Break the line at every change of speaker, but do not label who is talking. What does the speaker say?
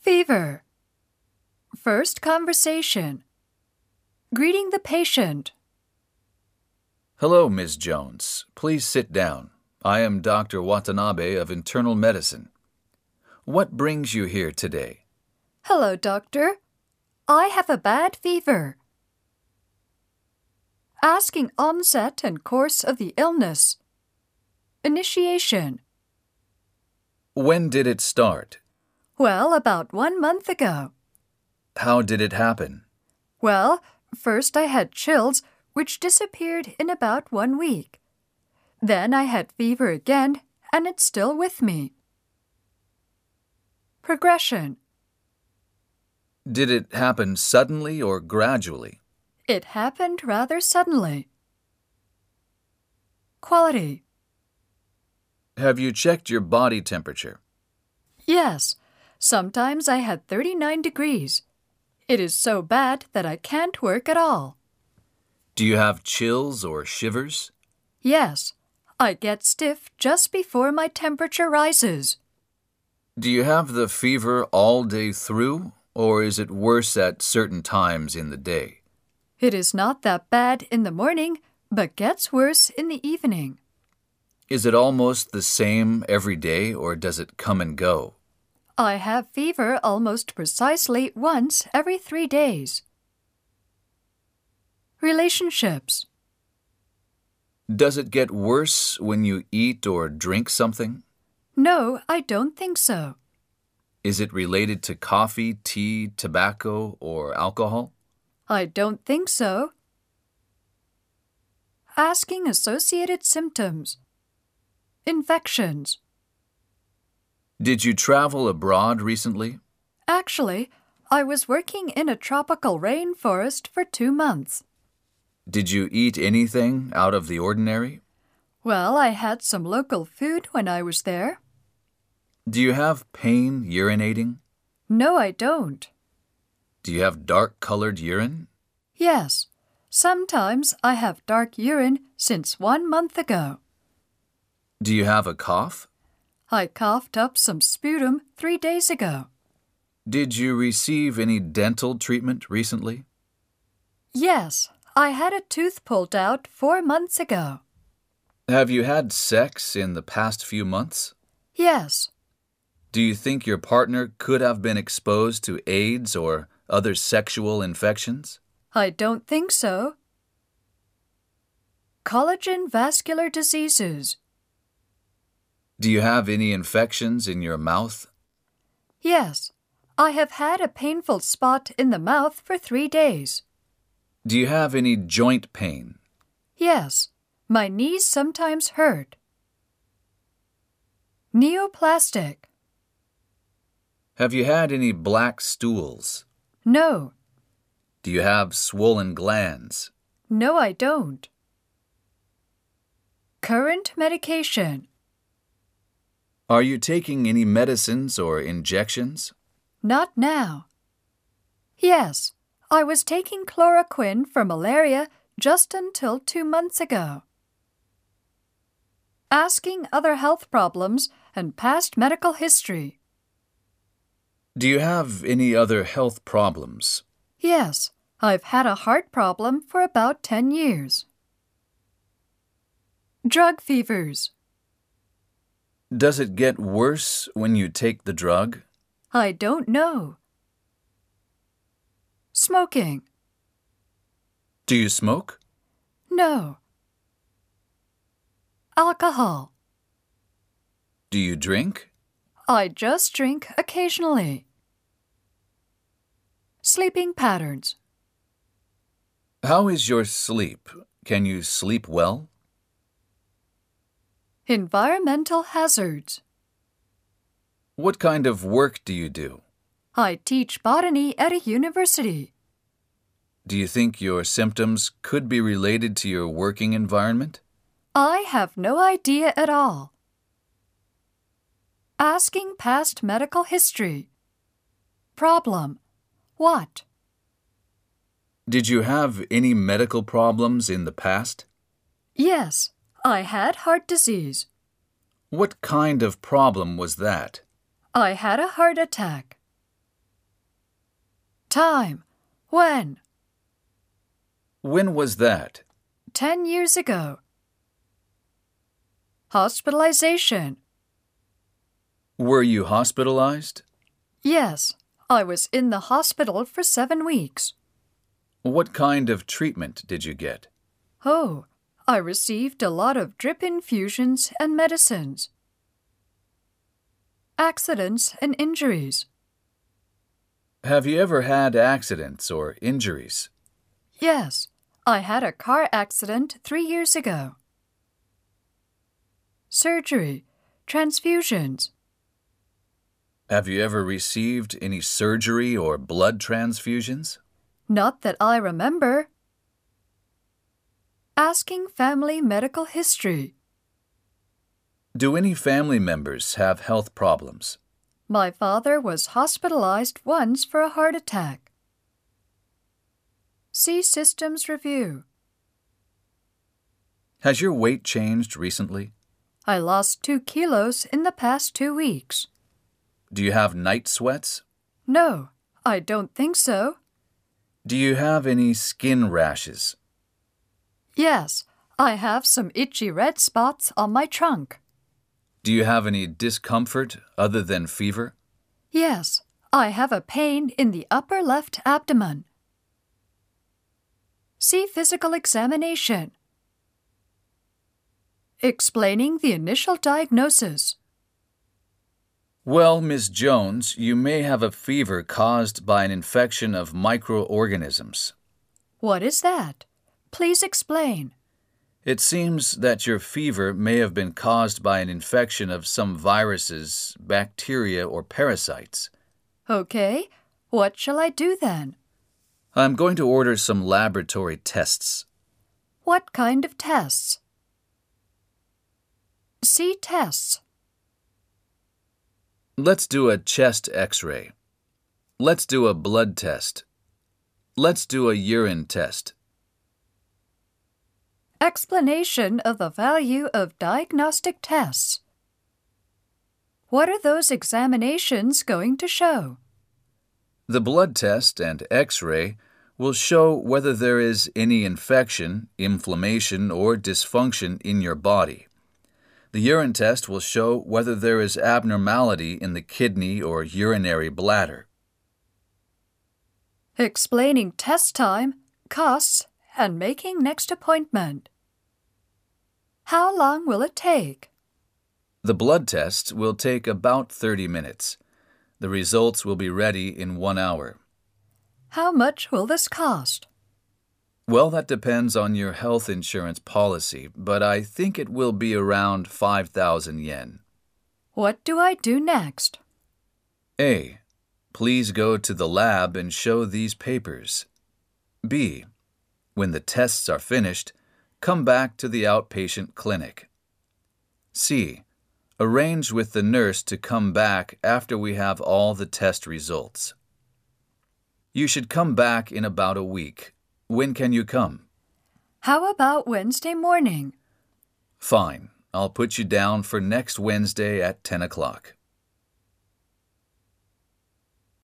Fever. First conversation. Greeting the patient.
Hello, Ms. Jones. Please sit down. I am Dr. Watanabe of Internal Medicine. What brings you here today?
Hello, doctor. I have a bad fever. Asking onset and course of the illness. Initiation.
When did it start?
Well, about one month ago.
How did it happen?
Well, first I had chills, which disappeared in about one week. Then I had fever again, and it's still with me. Progression.
Did it happen suddenly or gradually?
It happened rather suddenly. Quality.
Have you checked your body temperature?
Yes, sometimes I had 39 degrees. It is so bad that I can't work at all.
Do you have chills or shivers?
Yes, I get stiff just before my temperature rises.
Do you have the fever all day through, or is it worse at certain times in the day?
It is not that bad in the morning, but gets worse in the evening.
Is it almost the same every day, or does it come and go?
I have fever almost precisely once every three days. Relationships.
Does it get worse when you eat or drink something?
No, I don't think so.
Is it related to coffee, tea, tobacco, or alcohol?
I don't think so. Asking associated symptoms. Infections.
Did you travel abroad recently?
Actually, I was working in a tropical rainforest for two months.
Did you eat anything out of the ordinary?
Well, I had some local food when I was there.
Do you have pain urinating?
No, I don't.
Do you have dark colored urine?
Yes, sometimes I have dark urine since one month ago.
Do you have a cough?
I coughed up some sputum three days ago.
Did you receive any dental treatment recently?
Yes, I had a tooth pulled out four months ago.
Have you had sex in the past few months?
Yes,
Do you think your partner could have been exposed to AIDS or other sexual infections?
I don't think so. Collagen vascular diseases.
Do you have any infections in your mouth?
Yes, I have had a painful spot in the mouth for three days.
Do you have any joint pain?
Yes, my knees sometimes hurt. Neoplastic.
Have you had any black stools?
No,
Do you have swollen glands?
no, I don't. Current medication.
Are you taking any medicines or injections?
Not now. Yes, I was taking chloroquine for malaria just until two months ago. Asking other health problems and past medical history.
Do you have any other health problems?
Yes, I've had a heart problem for about 10 years. Drug fevers.
Does it get worse when you take the drug?
I don't know. Smoking.
Do you smoke?
No. Alcohol.
Do you drink?
I just drink occasionally. Sleeping patterns.
How is your sleep? Can you sleep well?
Environmental hazards.
What kind of work do you do?
I teach botany at a university.
Do you think your symptoms could be related to your working environment?
I have no idea at all. Asking past medical history. Problem. What?
Did you have any medical problems in the past?
Yes, I had heart disease.
What kind of problem was that?
I had a heart attack. time? When?
When was that?
Ten years ago. Hospitalization.
Were you hospitalized?
Yes, I was in the hospital for seven weeks.
What kind of treatment did you get?
Oh, I received a lot of drip infusions and medicines. Accidents and injuries.
Have you ever had accidents or injuries?
Yes, I had a car accident three years ago. Surgery, transfusions.
Have you ever received any surgery or blood transfusions?
Not that I remember. Asking family medical history.
Do any family members have health problems?
My father was hospitalized once for a heart attack. See Systems Review.
Has your weight changed recently?
I lost two kilos in the past two weeks.
Do you have night sweats?
No, I don't think so.
Do you have any skin rashes?
Yes, I have some itchy red spots on my trunk.
Do you have any discomfort other than fever?
Yes, I have a pain in the upper left abdomen. See physical examination. Explaining the initial diagnosis.
Well, Miss Jones, you may have a fever caused by an infection of microorganisms.
What is that? Please explain.
It seems that your fever may have been caused by an infection of some viruses, bacteria, or parasites.
Okay, what shall I do then?
I'm going to order some laboratory tests.
What kind of tests? See tests.
Let's do a chest x ray. Let's do a blood test. Let's do a urine test.
Explanation of the value of diagnostic tests. What are those examinations going to show?
The blood test and x ray will show whether there is any infection, inflammation, or dysfunction in your body. The urine test will show whether there is abnormality in the kidney or urinary bladder.
Explaining test time, costs, and making next appointment. How long will it take?
The blood test will take about 30 minutes. The results will be ready in one hour.
How much will this cost?
Well, that depends on your health insurance policy, but I think it will be around 5,000 yen.
What do I do next?
A. Please go to the lab and show these papers. B. When the tests are finished, come back to the outpatient clinic. C. Arrange with the nurse to come back after we have all the test results. You should come back in about a week. When can you come?
How about Wednesday morning?
Fine. I'll put you down for next Wednesday at 10 o'clock.